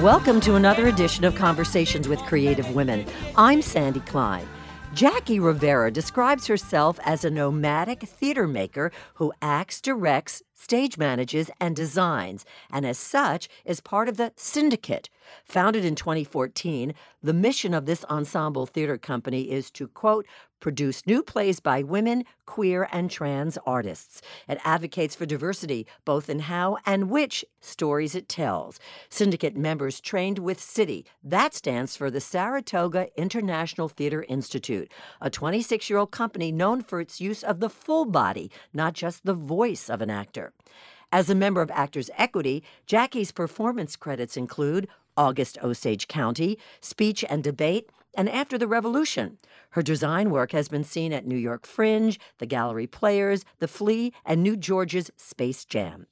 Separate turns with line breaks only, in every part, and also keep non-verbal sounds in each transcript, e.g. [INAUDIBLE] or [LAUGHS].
Welcome to another edition of Conversations with Creative Women. I'm Sandy Klein. Jackie Rivera describes herself as a nomadic theater maker who acts, directs, stage manages, and designs, and as such is part of the Syndicate. Founded in 2014, the mission of this ensemble theater company is to, quote, produce new plays by women, queer, and trans artists. It advocates for diversity, both in how and which stories it tells. Syndicate members trained with City. That stands for the Saratoga International Theater Institute, a 26 year old company known for its use of the full body, not just the voice of an actor. As a member of Actors Equity, Jackie's performance credits include August Osage County, Speech and Debate, and After the Revolution. Her design work has been seen at New York Fringe, the Gallery Players, the Flea, and New George's Space Jam.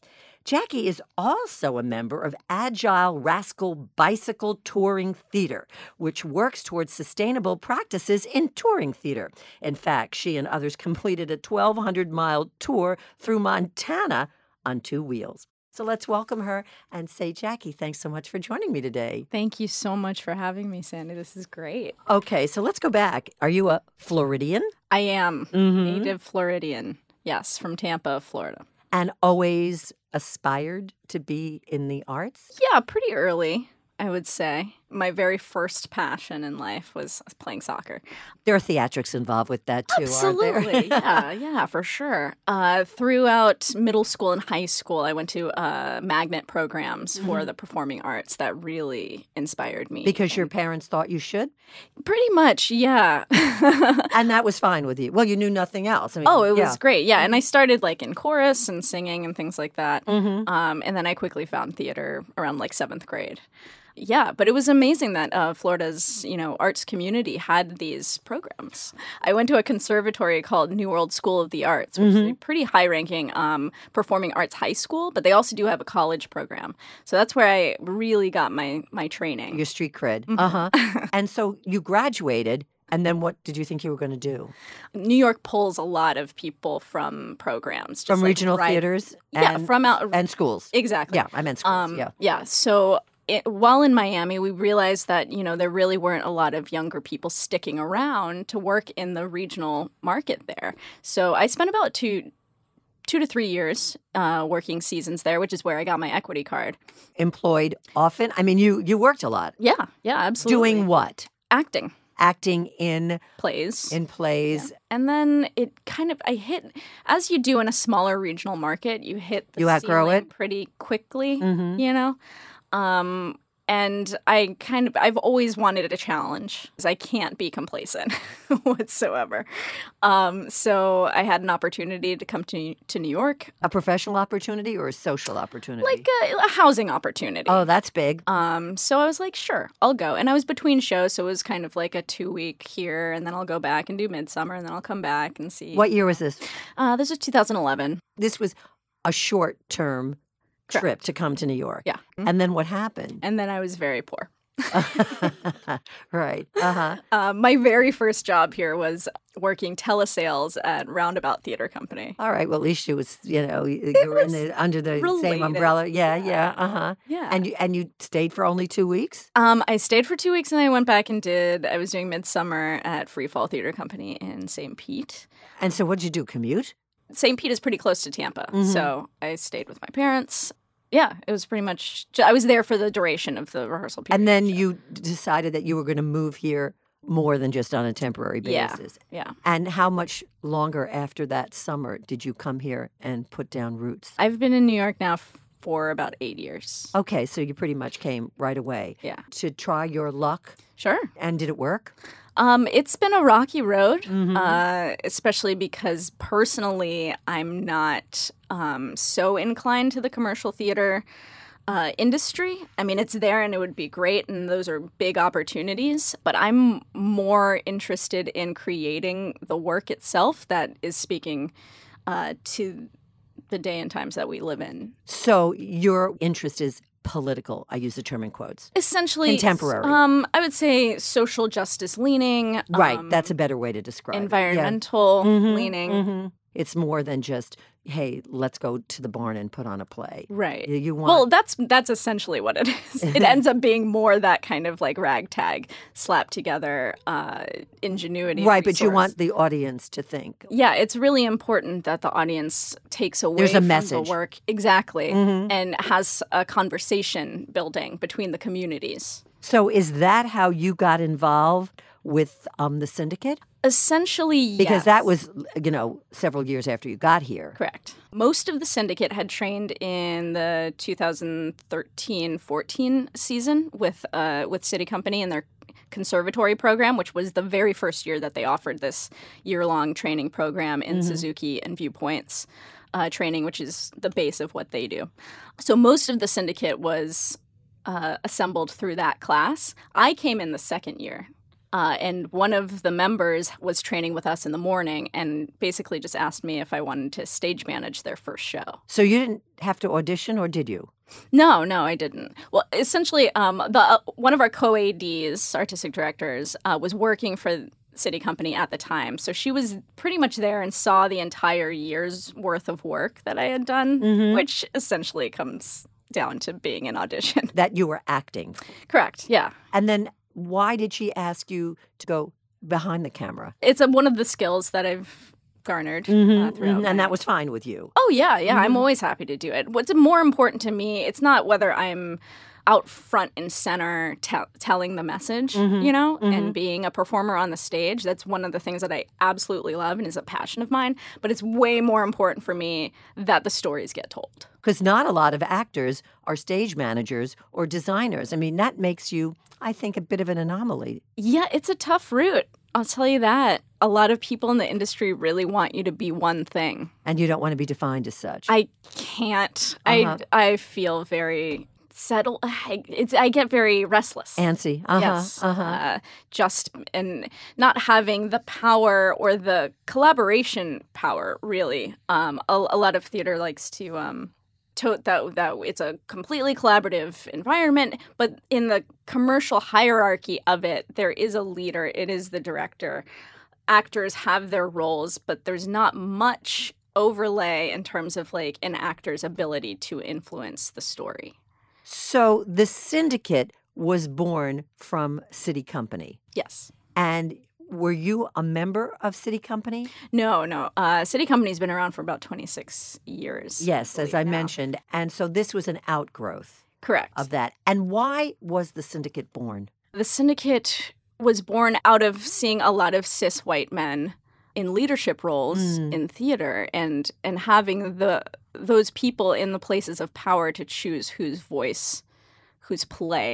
Jackie is also a member of Agile Rascal Bicycle Touring Theater, which works towards sustainable practices in touring theater. In fact, she and others [LAUGHS] completed a 1,200 mile tour through Montana on two wheels. So let's welcome her and say, Jackie, thanks so much for joining me today.
Thank you so much for having me, Sandy. This is great.
Okay, so let's go back. Are you a Floridian?
I am mm-hmm. native Floridian. Yes, from Tampa, Florida.
And always aspired to be in the arts?
Yeah, pretty early. I would say. My very first passion in life was playing soccer.
There are theatrics involved with that too,
[LAUGHS] Absolutely. yeah, yeah, for sure. Uh, throughout middle school and high school, I went to uh, magnet programs for mm-hmm. the performing arts that really inspired
[LAUGHS]
me.
Because and your parents thought you should?
Pretty much, yeah. [LAUGHS]
and that was fine with you. Well, you knew nothing else. I
mean, oh, it yeah. was great. Yeah. And I started like in chorus and singing and things like that. Mm-hmm. Um, and then I quickly found theater around like seventh grade yeah but it was amazing that uh, florida's you know arts community had these programs i went to a conservatory called new world school of the arts which mm-hmm. is a pretty high ranking um, performing arts high school but they also do have a college program so that's where i really got my my training
your street cred mm-hmm. uh-huh
[LAUGHS]
and so you graduated and then what did you think you were going to do?
New York pulls a lot of people from programs,
from like regional right, theaters,
yeah, and, from out
and schools,
exactly.
Yeah, I meant schools. Um, yeah,
yeah. So it, while in Miami, we realized that you know there really weren't a lot of younger people sticking around to work in the regional market there. So I spent about two two to three years uh, working seasons there, which is where I got my equity card.
Employed often. I mean, you you worked a lot.
Yeah, yeah, absolutely.
Doing what?
Acting
acting in
plays
in plays yeah.
and then it kind of i hit as you do in a smaller regional market you hit
you outgrow it
pretty quickly mm-hmm. you know um, and I kind of I've always wanted a challenge because I can't be complacent [LAUGHS] whatsoever. Um, so I had an opportunity to come to to New York,
a professional opportunity or a social opportunity,
like a, a housing opportunity.
Oh, that's big.
Um, so I was like, sure, I'll go. And I was between shows, so it was kind of like a two week here, and then I'll go back and do Midsummer, and then I'll come back and see.
What year was this?
Uh, this was 2011.
This was a short term Correct. trip to come to New York.
Yeah.
Mm-hmm. And then what happened?
And then I was very poor.
[LAUGHS] right. Uh-huh.
Uh, my very first job here was working telesales at Roundabout Theater Company.
All right. Well, at least you was, you know, you it were in the, under the related. same umbrella. Yeah. Yeah. yeah uh huh.
Yeah.
And you and you stayed for only two weeks.
Um, I stayed for two weeks, and I went back and did. I was doing Midsummer at Freefall Theater Company in St. Pete.
And so, what did you do? Commute?
St. Pete is pretty close to Tampa, mm-hmm. so I stayed with my parents. Yeah, it was pretty much. I was there for the duration of the rehearsal period.
And then you decided that you were going to move here more than just on a temporary basis.
Yeah, yeah.
And how much longer after that summer did you come here and put down roots?
I've been in New York now for about eight years.
Okay, so you pretty much came right away.
Yeah.
To try your luck.
Sure.
And did it work?
Um, it's been a rocky road, mm-hmm. uh, especially because personally, I'm not um, so inclined to the commercial theater. Uh, industry. I mean, it's there and it would be great, and those are big opportunities. But I'm more interested in creating the work itself that is speaking uh, to the day and times that we live in.
So your interest is political. I use the term in quotes.
Essentially,
contemporary.
Um, I would say social justice leaning. um,
Right, um, that's a better way to describe
environmental it. Yeah. leaning.
Mm-hmm, mm-hmm. It's more than just, hey, let's go to the barn and put on a play.
Right.
You- You want
Well, that's that's essentially what it
[LAUGHS]
is. It ends up being more that kind of like ragtag slapped together uh, ingenuity.
right, but you
resource.
want the audience to think.
Yeah, it's really important that the audience takes away
There's a
from
message. Mm-hmm.
the work exactly and has a conversation building between the communities.
So is that how you got involved with um, the syndicate?
Essentially,
Because
yes.
that was, you know, several years after you got here.
Correct. Most of the syndicate had trained in the 2013-14 season with uh, with City Company and their conservatory program, which was the very first year that they offered this year-long training program in Suzuki and Viewpoints uh, training, which is the base of what they do. So most of the syndicate was uh, assembled through that class. I came in the second year. Uh, and one of the members was training with us in the morning and basically just asked me if I wanted to stage manage their first show.
So you didn't have to audition, or did you?
No, no, I didn't. Well, essentially, um, the uh, one of our co-ads, artistic directors, uh, was working for City Company at the time, so she was pretty much there and saw the entire year's worth of work that I had done, which essentially comes down to being an audition. [LAUGHS]
That you were acting.
Correct. Yeah.
And then why did she ask you to go behind the camera?
It's um one of the skills that I've garnered uh, throughout. my-
Mm, And that was fine with you.
Oh yeah, yeah. I'm always happy to do it. What's more important to me, it's not whether I'm out front and center te- telling the message, you know, and being a performer on the stage. That's one of the things that I absolutely love and is a passion of mine. But it's way more important for me that the stories get told.
Because not a lot of actors are stage managers or designers. I mean, that makes you, I think, a bit of an anomaly.
Yeah, it's a tough route. I'll tell you that. A lot of people in the industry really want you to be one thing.
And you don't want to be defined as such.
I can't.
Uh-huh.
I I feel very settled. [SIGHS] I, it's, I get very restless.
Antsy. Uh-huh.
yes,
Uh-huh.
uh, just and not having the power or the collaboration power. Really, um, a, a lot of theater likes to um, tote that that it's a completely collaborative environment, but in the commercial hierarchy of it, there is a leader. It is the director. Actors have their roles, but there's not much overlay in terms of like an actor's ability to influence the story.
So the syndicate was born from City Company.
Yes.
And were you a member of City Company?
No, no. Uh, City Company's been around for about 26 years.
Yes, as I
now.
mentioned. And so this was an outgrowth
Correct.
of that. And why was the syndicate born?
the syndicate was born out of seeing a lot of cis white men in leadership roles
Mm.
in theater and and having the those people in the places of power to choose whose voice, whose play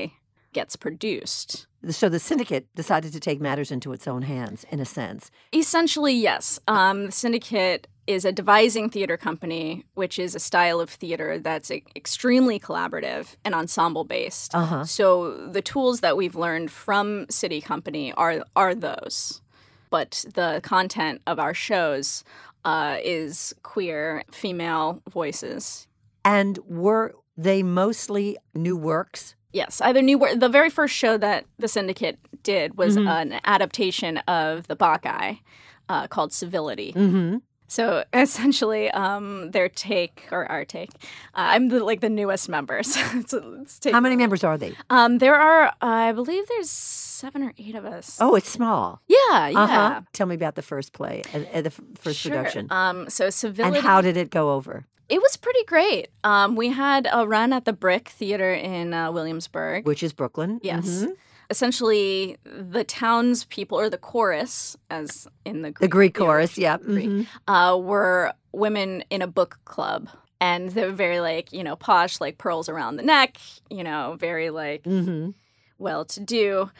gets produced.
So the syndicate decided to take matters into its own hands, in a sense.
Essentially, yes. Um, the Syndicate is a devising theater company, which is a style of theater that's e- extremely collaborative and ensemble based.
Uh huh.
So the tools that we've learned from City Company are are those, but the content of our shows uh, is queer female voices.
And were they mostly new works?
Yes, either new. Wor- the very first show that the Syndicate did was
Mm-hmm.
an adaptation of the Bacchae uh, called Civility.
Mm-hmm.
So [LAUGHS] essentially, um, their take or our take. Uh, I'm the, like the newest member, [LAUGHS] so it's, it's take.
How many members are they?
Um, there are, I believe, there's seven or eight of us.
Oh, it's small.
yeah, yeah.
Uh-huh. Tell me about the first play, uh, uh, the f- first
Sure.
production.
Um, so civility.
and how did it go over?
it was pretty great. Um, we had a run at the Brick Theater in uh, Williamsburg.
Which is Brooklyn.
Yes.
Mhm.
Essentially, the townspeople or the chorus, as in the
The
Greek,
Greek
the
chorus, yeah.
Greek.
mhm.
uh, were women in a book club. And they're very like, you know, posh, like pearls around the neck, you know, very like
Mhm.
well to do.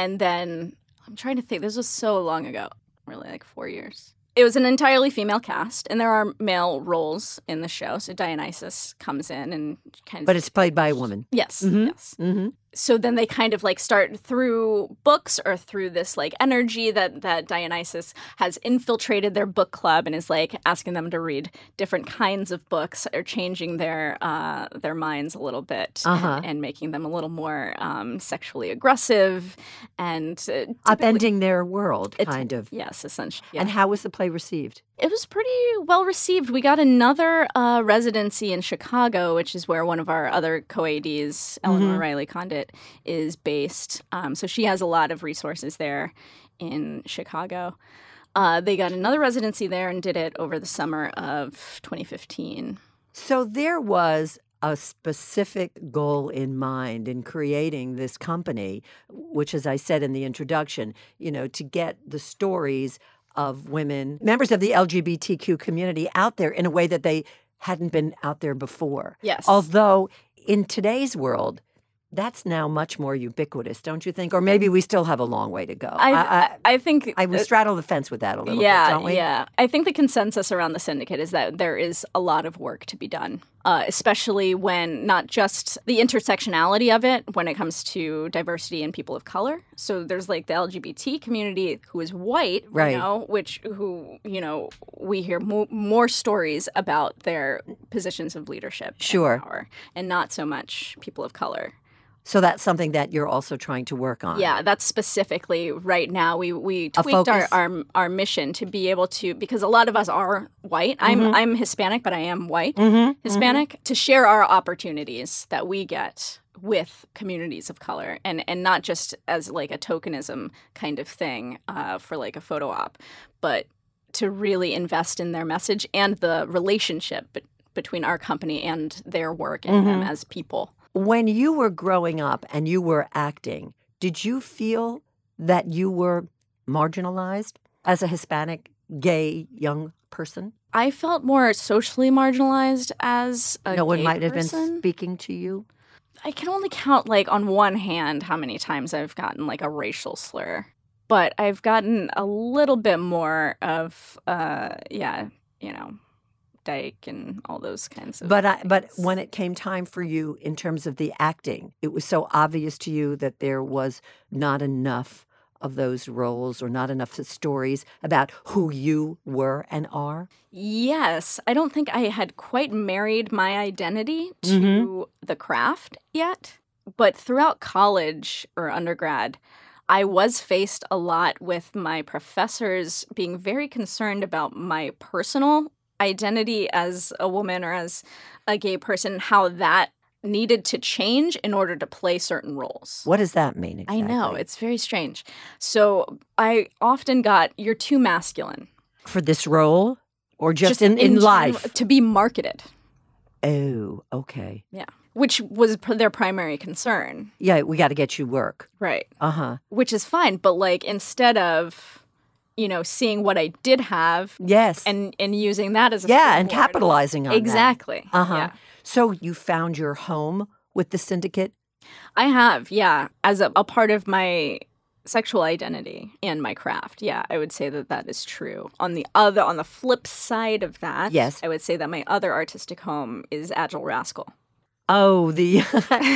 And then I'm trying to think, this was so long ago, really like four years. It was an entirely female cast, and there are male roles in the show. So Dionysus comes in and kind of.
But it's played by a woman.
yes,
Mhm.
yes
hmm
so then they kind of like start through books or through this like energy that that Dionysus has infiltrated their book club and is like asking them to read different kinds of books or changing their uh, their minds a little bit
Uh-huh.
and making them a little more um, sexually aggressive and uh, typically-
Upending their world,
It's-
kind of.
yes essentially
And how was the play received?
it was pretty well received. We got another uh, residency in Chicago, which is where one of our other co-ADs, Eleanor Riley Condit, is based. Um, so she has a lot of resources there in Chicago. Uh, they got another residency there and did it over the summer of 2015.
So there was a specific goal in mind in creating this company, which, as I said in the introduction, you know, to get the stories of women, members of the LGBTQ community out there in a way that they hadn't been out there before.
Yes.
Although in today's world, that's now much more ubiquitous, don't you think? Or maybe we still have a long way to go.
I,
I,
I, I think
I, we straddle the fence with that a little
yeah,
bit, don't we?
Yeah. I think the consensus around the syndicate is that there is a lot of work to be done, uh, especially when not just the intersectionality of it when it comes to diversity and people of color. So there's like the LGBT community who is white,
Right.
you know, which who, you know, we hear mo- more stories about their positions of leadership. and
Sure.
power, and not so much people of color.
So that's something that you're also trying to work on.
Yeah, that's specifically right now. We we
A
tweaked our,
focus?
our our mission to be able to because a lot of us are white. I'm
Mm-hmm.
I'm Hispanic, but I am white Hispanic. To share our opportunities that we get with communities of color and and not just as like a tokenism kind of thing uh, for like a photo op, but to really invest in their message and the relationship bet- between our company and their work and
Mm-hmm.
them as people.
When you were growing up and you were acting, did you feel that you were marginalized as a Hispanic gay young person?
I felt more socially marginalized as a
no one
gay
might have been
person.
speaking to you.
I can only count like on one hand how many times I've gotten like a racial slur, but I've gotten a little bit more of uh yeah you know dyke and all those kinds of.
But I, but
things.
when it came time for you in terms of the acting, it was so obvious to you that there was not enough of those roles or not enough stories about who you were and are.
Yes, I don't think I had quite married my identity to
Mm-hmm.
the craft yet. But throughout college or undergrad, I was faced a lot with my professors being very concerned about my personal identity as a woman or as a gay person, how that needed to change in order to play certain roles.
What does that mean exactly?
I know, it's very strange. So I often got, you're too masculine
for this role or just, in, in,
general-
life.
to be marketed
Oh, okay.
yeah which was pr- their primary concern
Yeah, we got to get you work.
right
Uh huh.
which is fine but like instead of you know seeing what i did have
Yes.
and and using that as a
yeah, and
springboard.
capitalizing on that.
exactly
Uh huh.
yeah.
So you found your home with the syndicate.
i have yeah as a, a part of my sexual identity and my craft yeah i would say that that is true on the other on the flip side of that
Yes.
i would say that my other artistic home is agile rascal
Oh,
[LAUGHS]
the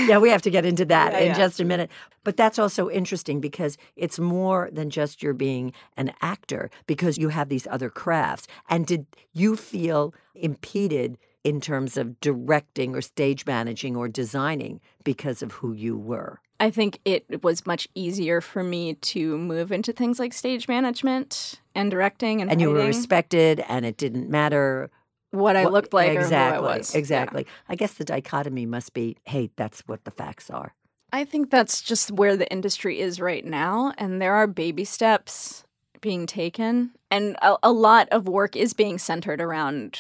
yeah, we have to get into that
Yeah,
in
yeah.
just a minute. But that's also interesting because it's more than just your being an actor because you have these other crafts. And did you feel impeded in terms of directing or stage managing or designing because of who you were?
I think it was much easier for me to move into things like stage management and directing and,
And you were
writing,
respected, and it didn't matter
what I
what-
looked like
exactly,
or who I was. Yeah.
Exactly. I guess the dichotomy must be, hey, that's what the facts are.
I think that's just where the industry is right now, and there are baby steps being taken, and a, a lot of work is being centered around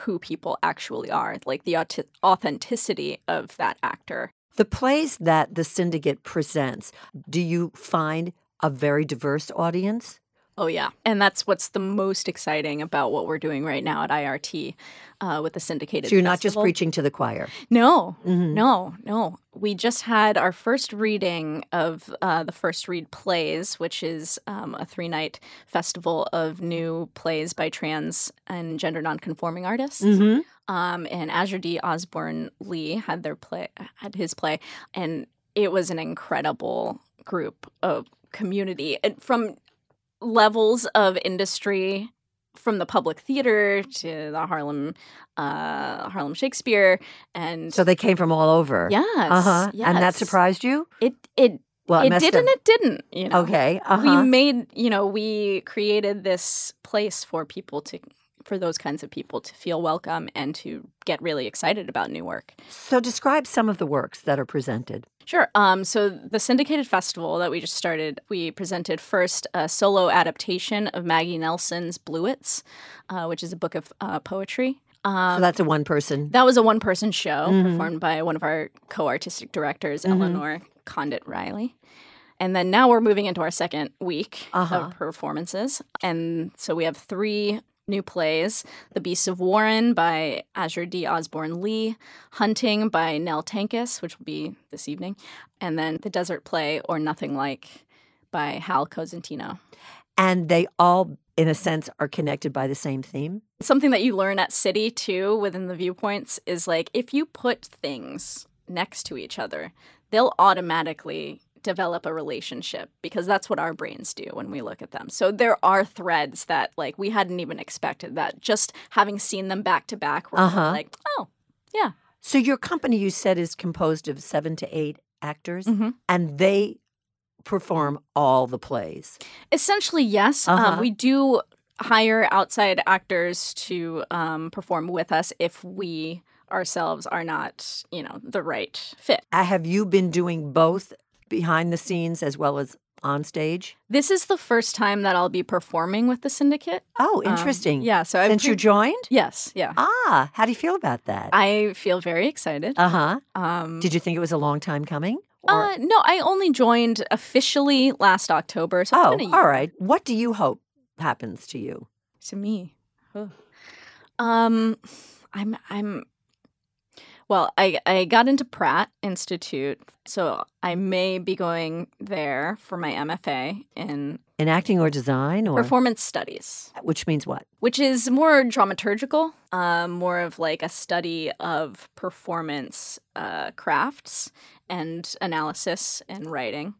who people actually are, like the aut- authenticity of that actor.
The plays that the syndicate presents, do you find a very diverse audience?
Oh, yeah. And that's what's the most exciting about what we're doing right now at IRT uh, with the syndicated.
So you're not just
festival.
preaching to the choir.
No, no, no. We just had our first reading of uh, the First Read Plays, which is um, a three night festival of new plays by trans and gender nonconforming artists.
Mm-hmm.
Um, and Azure D. Osborne Lee had their play, had his play, and it was an incredible group of community and from levels of industry, from the public theater to the Harlem, uh, Harlem Shakespeare, and
So they came from all over.
yes,
Uh huh. And that
yes.
surprised you?
It it
Well, I
it
messed
did
up.
and it didn't. You know,
Okay. Uh-huh.
we made you know we created this place for people to for those kinds of people to feel welcome and to get really excited about new work.
So describe some of the works that are presented.
Sure. Um, so the syndicated festival that we just started, we presented first a solo adaptation of Maggie Nelson's Bluets, uh, which is a book of uh, poetry. Um,
so that's a one person.
that was a one person show performed by one of our co artistic directors, Eleanor Condit Riley. And then now we're moving into our second week
Uh-huh.
of performances. And so we have three new plays The Beasts of Warren by Azure D. Osborne Lee, Hunting by Nell Tankus, which will be this evening, and then The Desert Play or Nothing Like by Hal Cosentino.
and they all, in a sense, are connected by the same theme.
something that you learn at city too within the viewpoints is like if you put things next to each other they'll automatically develop a relationship because that's what our brains do when we look at them so there are threads that like we hadn't even expected that just having seen them back to back we're
Uh-huh.
like oh
So your company, you said, is composed of seven to eight actors,
Mhm.
and they perform all the plays.
essentially yes
Uh-huh.
um, we do hire outside actors to um, perform with us if we ourselves are not you know the right fit
Uh, Have you been doing both behind the scenes as well as on stage?
This is the first time that I'll be performing with the syndicate.
Oh,
Um,
interesting.
yeah. So I've
Since you
pre-
joined?
yes, yeah.
Ah, how do you feel about that?
I feel very excited.
Uh huh.
Um,
Did you think it was a long time coming? Or-
uh, no, I only joined officially last October. So it's
oh,
been a year.
all right. What do you hope happens to you?
To me, Ugh. um, I'm I'm. Well, I, I got into Pratt Institute, so I may be going there for my MFA in
In acting or design, or
performance studies.
which means what?
which is more dramaturgical, um, more of like a study of performance uh, crafts and analysis and writing.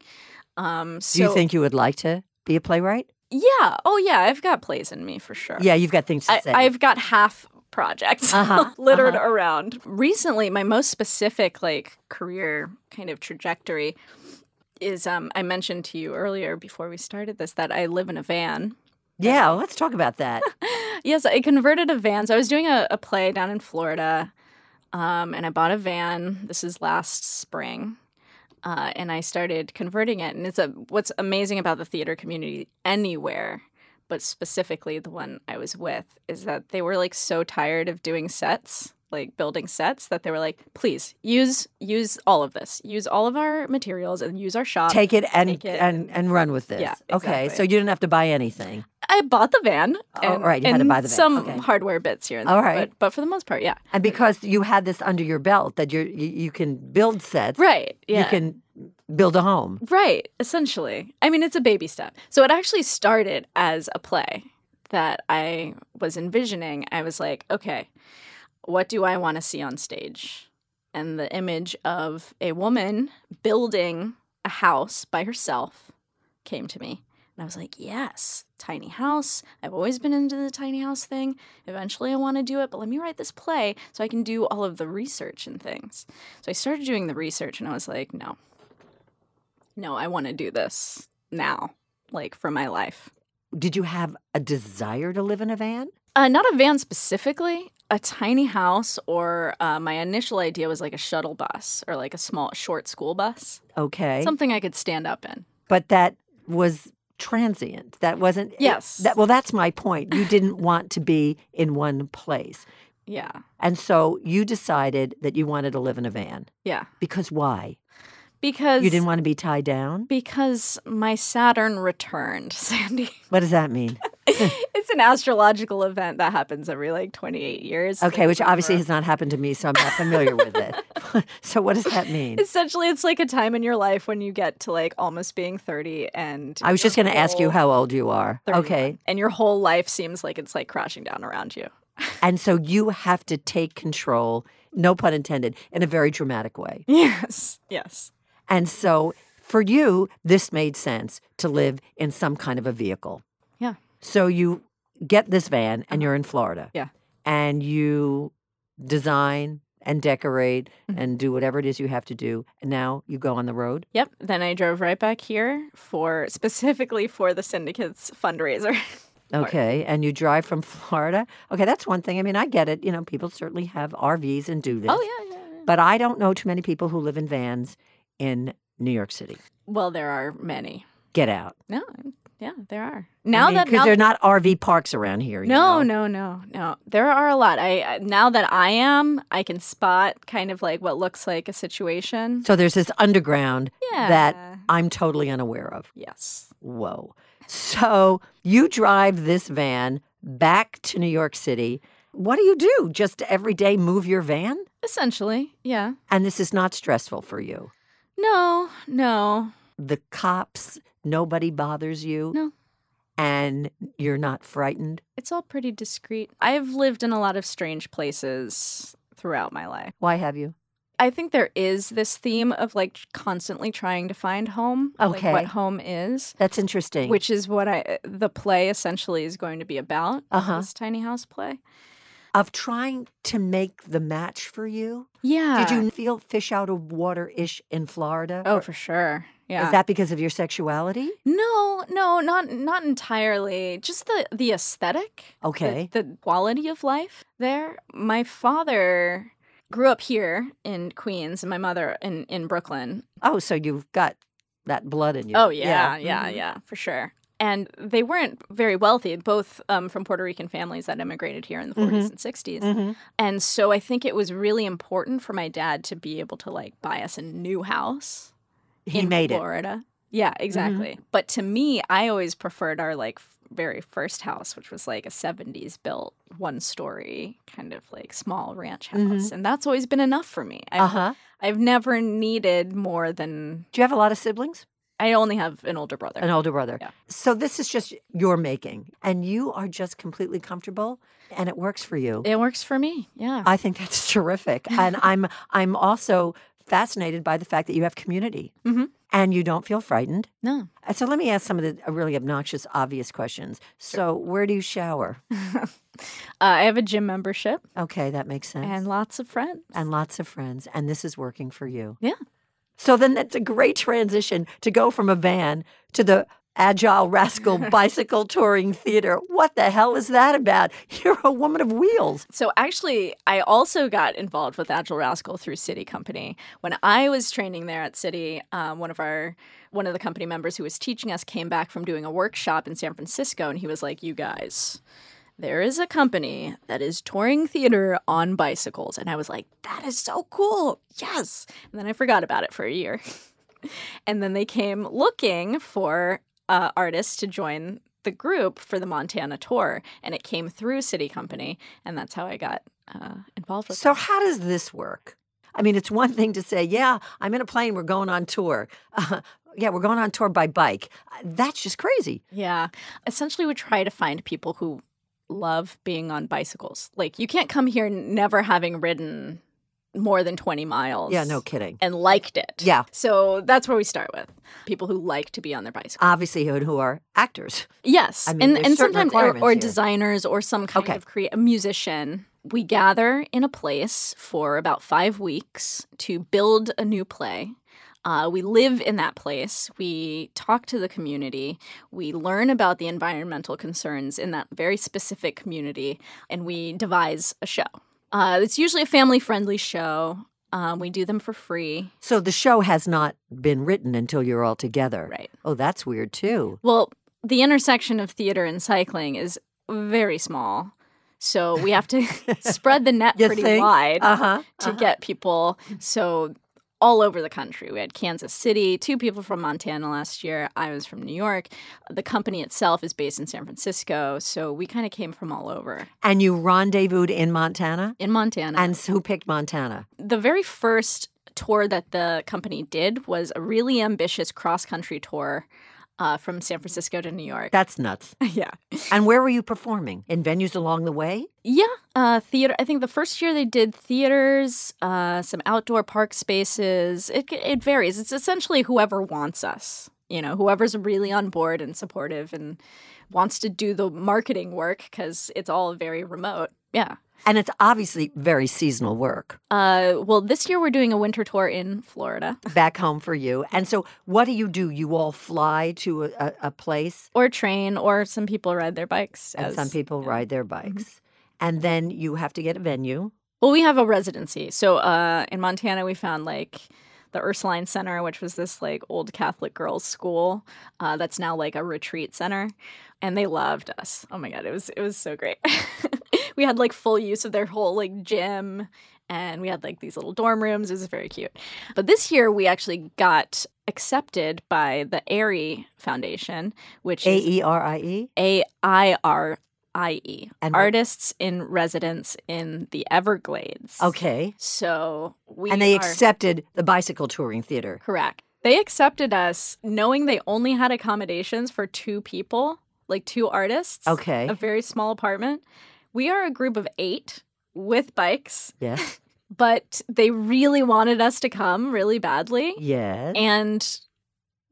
Um, so
do you think you would like to be a playwright?
Yeah. Oh, yeah. I've got plays in me for sure.
Yeah, you've got things to
I,
say.
I've got half projects
Uh-huh,
[LAUGHS] littered
uh-huh.
around. Recently, my most specific like career kind of trajectory is um, I mentioned to you earlier before we started this that I live in a van.
yeah, let's talk about that.
Yes, I converted a van. So I was doing a, a play down in Florida, um, and I bought a van. This is last spring. Uh, and I started converting it. And it's a, what's amazing about the theater community anywhere, but specifically the one I was with, is that they were like so tired of doing sets, like building sets, that they were like, please use use all of this, use all of our materials, and use our shop.
Uh, take it and
Take it
and and run with this.
Yeah,
Okay, so
exactly.
you didn't have to buy anything.
I bought the van.
Oh, all right, you had to
and
buy the van,
Some
okay.
hardware bits here. And
All
there,
right.
but, but for the most part, yeah.
And because you had this under your belt that you're, you you can build sets.
Right. Yeah.
You can build a home.
Right, essentially. I mean, it's a baby step. So it actually started as a play that I was envisioning. I was like, okay, what do I want to see on stage? And the image of a woman building a house by herself came to me. And I was like, yes, tiny house. I've always been into the tiny house thing. Eventually I want to do it, but let me write this play so I can do all of the research and things. So I started doing the research and I was like, no, no, I want to do this now, like for my life.
Did you have a desire to live in a van?
Uh, not a van specifically, a tiny house, or uh, my initial idea was like a shuttle bus or like a small, short school bus,
Okay,
something I could stand up in.
but that was transient. That wasn't. it-
Yes.
that well, that's my point. You didn't want to be in one place,
Yeah,
and so you decided that you wanted to live in a van
yeah.
because why?
Because
You didn't want to be tied down.
because my Saturn
[LAUGHS]
returned, [LAUGHS] Sandy.
What does that mean?
it's an astrological event that happens every like 28 years.
Okay,
like,
which
we
obviously
were-
has not happened to me, so I'm not familiar with it. [LAUGHS] so what does that mean?
Essentially, it's like a time in your life when you get to like almost being 30 and
I was just going to ask you
how.
how old you are.
31,
Okay.
And your whole life seems like it's like crashing down around you. [LAUGHS]
And so you have to take control, no pun intended, in a very dramatic way.
Yes. Yes.
And so for you, this made sense to live in some kind of a vehicle.
Yeah. Uh-huh.
So you get this van and you're in Florida.
Yeah.
And you design and decorate
Mm-hmm.
and do whatever it is you have to do. And now you go on the road.
Yep. Then I drove right back here for specifically for the syndicate's fundraiser. [LAUGHS]
Okay. And you drive from [LAUGHS] Florida. Okay, that's one thing. I mean, I get it. You know, people certainly have RVs and do this.
oh yeah, yeah. yeah.
But I don't know too many people who live in vans in New York City.
Well, there are many.
Get out.
No, yeah, there are. Now that
because
now
there are not RV parks around here. you
No,
know?
no, no, no. There are a lot. I I- now that I am, I can spot kind of like what looks like a situation.
So there's this underground
Yeah.
that I'm totally unaware of.
Yes.
Whoa. So you drive this van back to New York City. What do you do? Just every day move your van?
Essentially, yeah.
And this is not stressful for you.
No, no.
The cops, nobody bothers you.
No.
And you're not frightened.
It's all pretty discreet. I've lived in a lot of strange places throughout my life.
Why have you?
I think there is this theme of like constantly trying to find home,
Okay.
like what home is,
That's interesting.
which is what I the play essentially is going to be about.
Uh-huh.
This tiny house play.
of trying to make the match for you.
Yeah.
Did you feel fish out of water ish in Florida?
Ah. Oh,
Or-
for sure. Yeah.
Is that because of your sexuality?
No, no, not not entirely. Just the the aesthetic. the-
Okay.
The, quality of life there. My father grew up here in Queens and my mother in in Brooklyn.
Oh, so you've got that blood in you.
Oh yeah, yeah, yeah,
mhm.
for sure. And they weren't very wealthy, both um, from Puerto Rican families that immigrated here in the 40s and 60s.
Mhm.
And so I think it was really important for my dad to be able to like buy us a new house
He
in
made it. Mm-hmm.
Florida. Yeah, exactly. But to me, I always preferred our like f- very first house, which was like a 70s built one story kind of like small ranch house.
Mhm.
And that's always been enough for me. I've,
Uh huh.
I've never needed more than
Do you have a lot of siblings?
I only have an older brother.
An older brother.
Yeah.
So this is just your making, and you are just completely comfortable, and it works for you.
it works for me. Yeah.
I think that's [LAUGHS] terrific, and I'm I'm also fascinated by the fact that you have community,
Mhm.
and you don't feel frightened.
no.
And so let me ask some of the uh, really obnoxious, obvious questions. So where do you shower?
Uh, I have a gym membership
Okay, that makes sense.
and lots of friends.
and lots of friends, and this is working for you.
Yeah.
So then that's a great transition to go from a van to the agile rascal bicycle touring theater. What the hell is that about? [LAUGHS] You're a woman of wheels.
So actually, I also got involved with Agile Rascal through City Company when I was training there at City. Um, one of our one of the company members who was teaching us came back from doing a workshop in San Francisco, and he was like, "You guys." There is a company that is touring theater on bicycles. And I was like, that is so cool. Yes. And then I forgot about it for a year. [LAUGHS] and then they came looking for uh, artists to join the group for the Montana tour, and it came through City Company, and that's how I got uh, involved with.
So how does this work? I mean, it's one thing to say, yeah, I'm in a plane, we're going on tour. Uh, yeah, we're going on tour by bike. Uh, That's just crazy.
it. Yeah, essentially, we try to find people who love being on bicycles. Like, you can't come here never having ridden more than twenty miles.
Yeah, no kidding.
And liked it.
Yeah.
So that's where we start with people who like to be on their bicycle.
Obviously, who who are actors.
Yes,
I mean,
and
there's
and
certain
sometimes or,
requirements
or
here.
designers or some kind
Okay.
of create a musician. We gather in a place for about five weeks to build a new play. Uh, we live in that place. We talk to the community. We learn about the environmental concerns in that very specific community, and we devise a show. Uh, it's usually a family-friendly show. Um, we do them for free.
So the show has not been written until you're all together.
Right.
Oh, that's weird too.
Well, the intersection of theater and cycling is very small. So we
[LAUGHS]
have to spread the net
You
pretty
think?
wide
Uh huh.
to get people. So all over the country. We had Kansas City, two people from Montana last year. I was from New York. The company itself is based in San Francisco. So we kind of came from all over
And you rendezvoused in Montana?
in Montana.
And so who picked Montana?
the very first tour that the company did was a really ambitious cross country tour uh, from San Francisco to New
[LAUGHS]
York.
That's nuts.
yeah.
And where were you performing? In venues along the way?
Yeah, uh, theater. I think the first year they did theaters, uh, some outdoor park spaces. It it varies. It's essentially whoever wants us. You know, whoever's really on board and supportive and wants to do the marketing work because it's all very remote. yeah.
And it's obviously very seasonal work
Uh, well, this year we're doing a winter tour in Florida
back home for you. And so, what do you do? You all fly to a, a, a place,
or train, or some people ride their bikes.
and
as-
some people ride their
Mm-hmm.
bikes. And then you have to get a venue.
Well, we have a residency. So uh, in Montana, we found like the Ursuline Center, which was this like old Catholic girls' school uh, that's now like a retreat center, and they loved us. Oh my god, it was it was so great. [LAUGHS] we had like full use of their whole like gym, and we had like these little dorm rooms. It was very cute. But this year, we actually got accepted by the ARI Foundation, which
A
is
E R I E.
a I R I E.
And what-
Artists in Residence in the Everglades.
Okay.
So we
and they
are
accepted the bicycle touring theater.
correct. They accepted us knowing they only had accommodations for two people, like two artists.
Okay.
A very small apartment. We are a group of eight with bikes, [LAUGHS]
Yes.
but they really wanted us to come really badly.
Yes.
And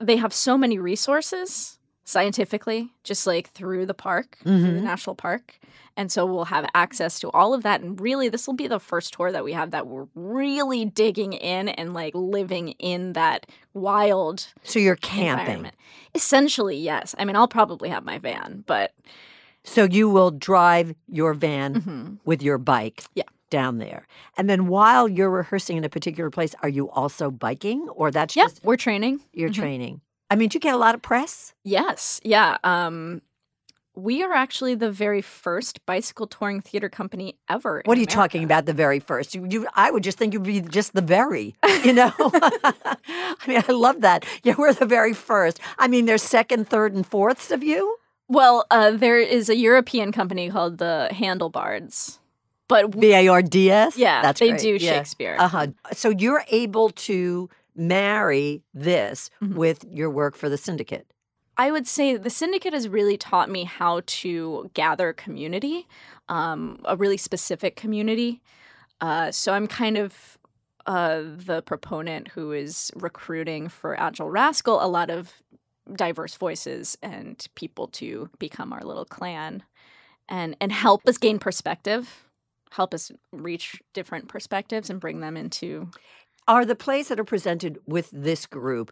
they have so many resources scientifically, just like through the park, through the
Mhm.
national park. And so we'll have access to all of that. And really, this will be the first tour that we have that we're really digging in and like living in that wild
so you're camping.
environment. Essentially, yes. I mean, I'll probably have my van, but
So you will drive your van
mhm.
with your bike
Yeah.
down there. And then while you're rehearsing in a particular place, are you also biking or that's
yeah,
just
we're training.
your
Mhm.
training? I mean, do you get a lot of press?
Yes. Yeah. Um, we are actually the very first bicycle touring theater company ever. in
What are you talking
America.
about the very first? You, you I would just think you'd be just the very, you
[LAUGHS]
know. [LAUGHS] I mean, I love that. Yeah, we're the very first. I mean, there's second, third, and fourths of you.
Well, uh, there is a European company called the Handlebards, but w-
B A R D S.
yeah,
that's
they
great.
do
Yeah.
Shakespeare.
Uh-huh. So you're able to marry this
Mhm.
with your work for the syndicate.
I would say the syndicate has really taught me how to gather community, um, a really specific community. Uh, so I'm kind of uh, the proponent who is recruiting for Agile Rascal a lot of diverse voices and people to become our little clan and and help us gain perspective help us reach different perspectives and bring them into
Are the plays that are presented with this group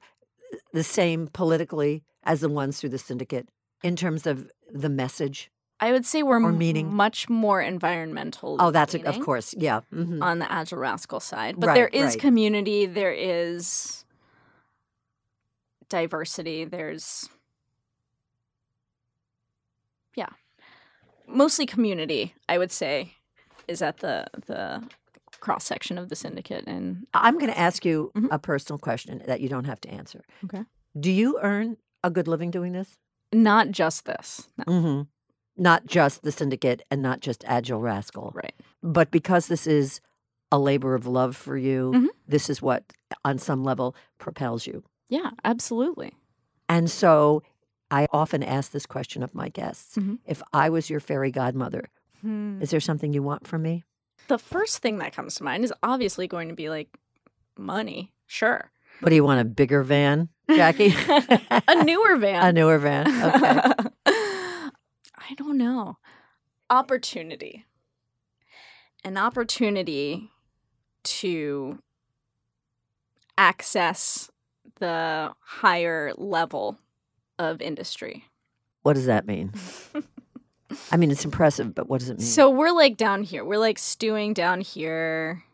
the same politically as the ones through the syndicate in terms of the message?
I would say we're
Or meaning.
much more environmental.
Oh, that's a, of
leaning
course, yeah. mhm.
on the agile rascal side, but
Right,
there is
right.
community, there is diversity, there's yeah, mostly community. I would say is at the the cross section of the syndicate, and
I'm going to ask you
Mhm.
a personal question that you don't have to answer.
Okay.
Do you earn a good living doing this?
not just this. No,
Mm-hmm. Not just the syndicate and not just Agile Rascal.
right.
but because this is a labor of love for you,
Mhm.
this is what, on some level, propels you.
Yeah, absolutely.
And so I often ask this question of my guests
Mhm.
If I was your fairy godmother,
Mm.
is there something you want from me?
The first thing that comes to mind is obviously going to be like money. Sure.
What do you want, a bigger van, Jackie?
[LAUGHS] a
[LAUGHS]
newer
a
van.
newer
[LAUGHS]
van. Okay.
I don't know. Opportunity. An opportunity to access the higher level of industry.
what does that mean? I mean, it's impressive, but what does it mean?
So we're like down here. We're like stewing down here,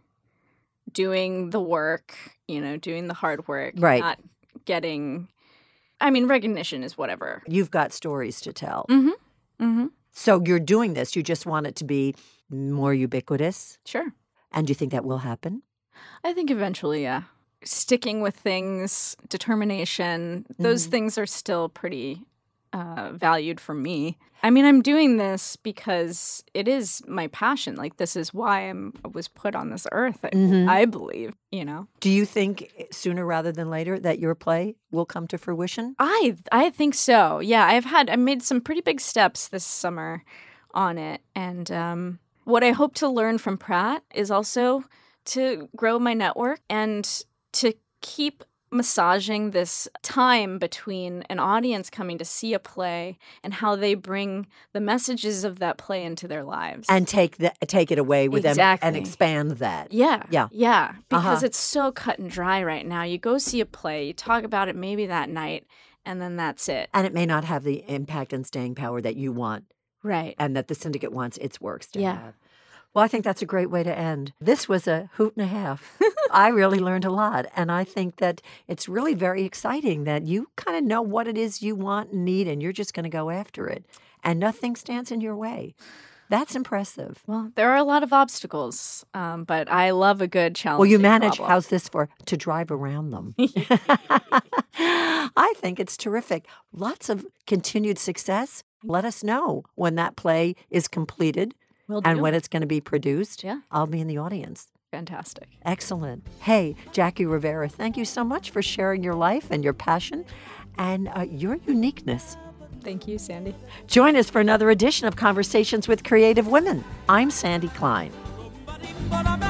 doing the work, you know, doing the hard work,
Right.
not getting I mean recognition is whatever.
You've got stories to tell.
Mhm. Mhm.
So you're doing this. You just want it to be more ubiquitous.
Sure.
And do you think that will happen?
I think eventually, yeah. Sticking with things, determination, those
Mhm.
things are still pretty uh, valued for me. I mean, I'm doing this because it is my passion. Like, this is why I'm, I was put on this earth, I,
Mhm.
I believe, you know?
Do you think sooner rather than later that your play will come to fruition?
I I think so. Yeah, I've had I made some pretty big steps this summer on it, and um, what I hope to learn from Pratt is also to grow my network and to keep massaging this time between an audience coming to see a play and how they bring the messages of that play into their lives.
and take the, take it away with them and
Exactly.
expand that.
yeah.
Yeah. Uh-huh.
Yeah. Because it's so cut and dry right now. You go see a play, you talk about it maybe that night, and then that's it.
And it may not have the impact and staying power that you want
Right.
and that the syndicate wants its works to
Yeah.
have. Well, I think that's a great way to end. This was a hoot and a half.
[LAUGHS]
I really learned a lot. And I think that it's really very exciting that you kind of know what it is you want and need, and you're just going to go after it. And nothing stands in your way. That's impressive.
Well, there are a lot of obstacles, um, but I love a good challenge.
Well, you manage, how's this for? To drive around
[LAUGHS]
them. [LAUGHS] I think it's terrific. Lots of continued success. Let us know when that play is completed
Will
and
do.
when it's going to be produced.
Yeah.
I'll be in the audience.
fantastic.
Excellent. Hey, Jackie Rivera, thank you so much for sharing your life and your passion and uh, your uniqueness.
Thank you, Sandy.
Join us for another edition of Conversations with Creative Women. I'm Sandy Klein.
Somebody put a man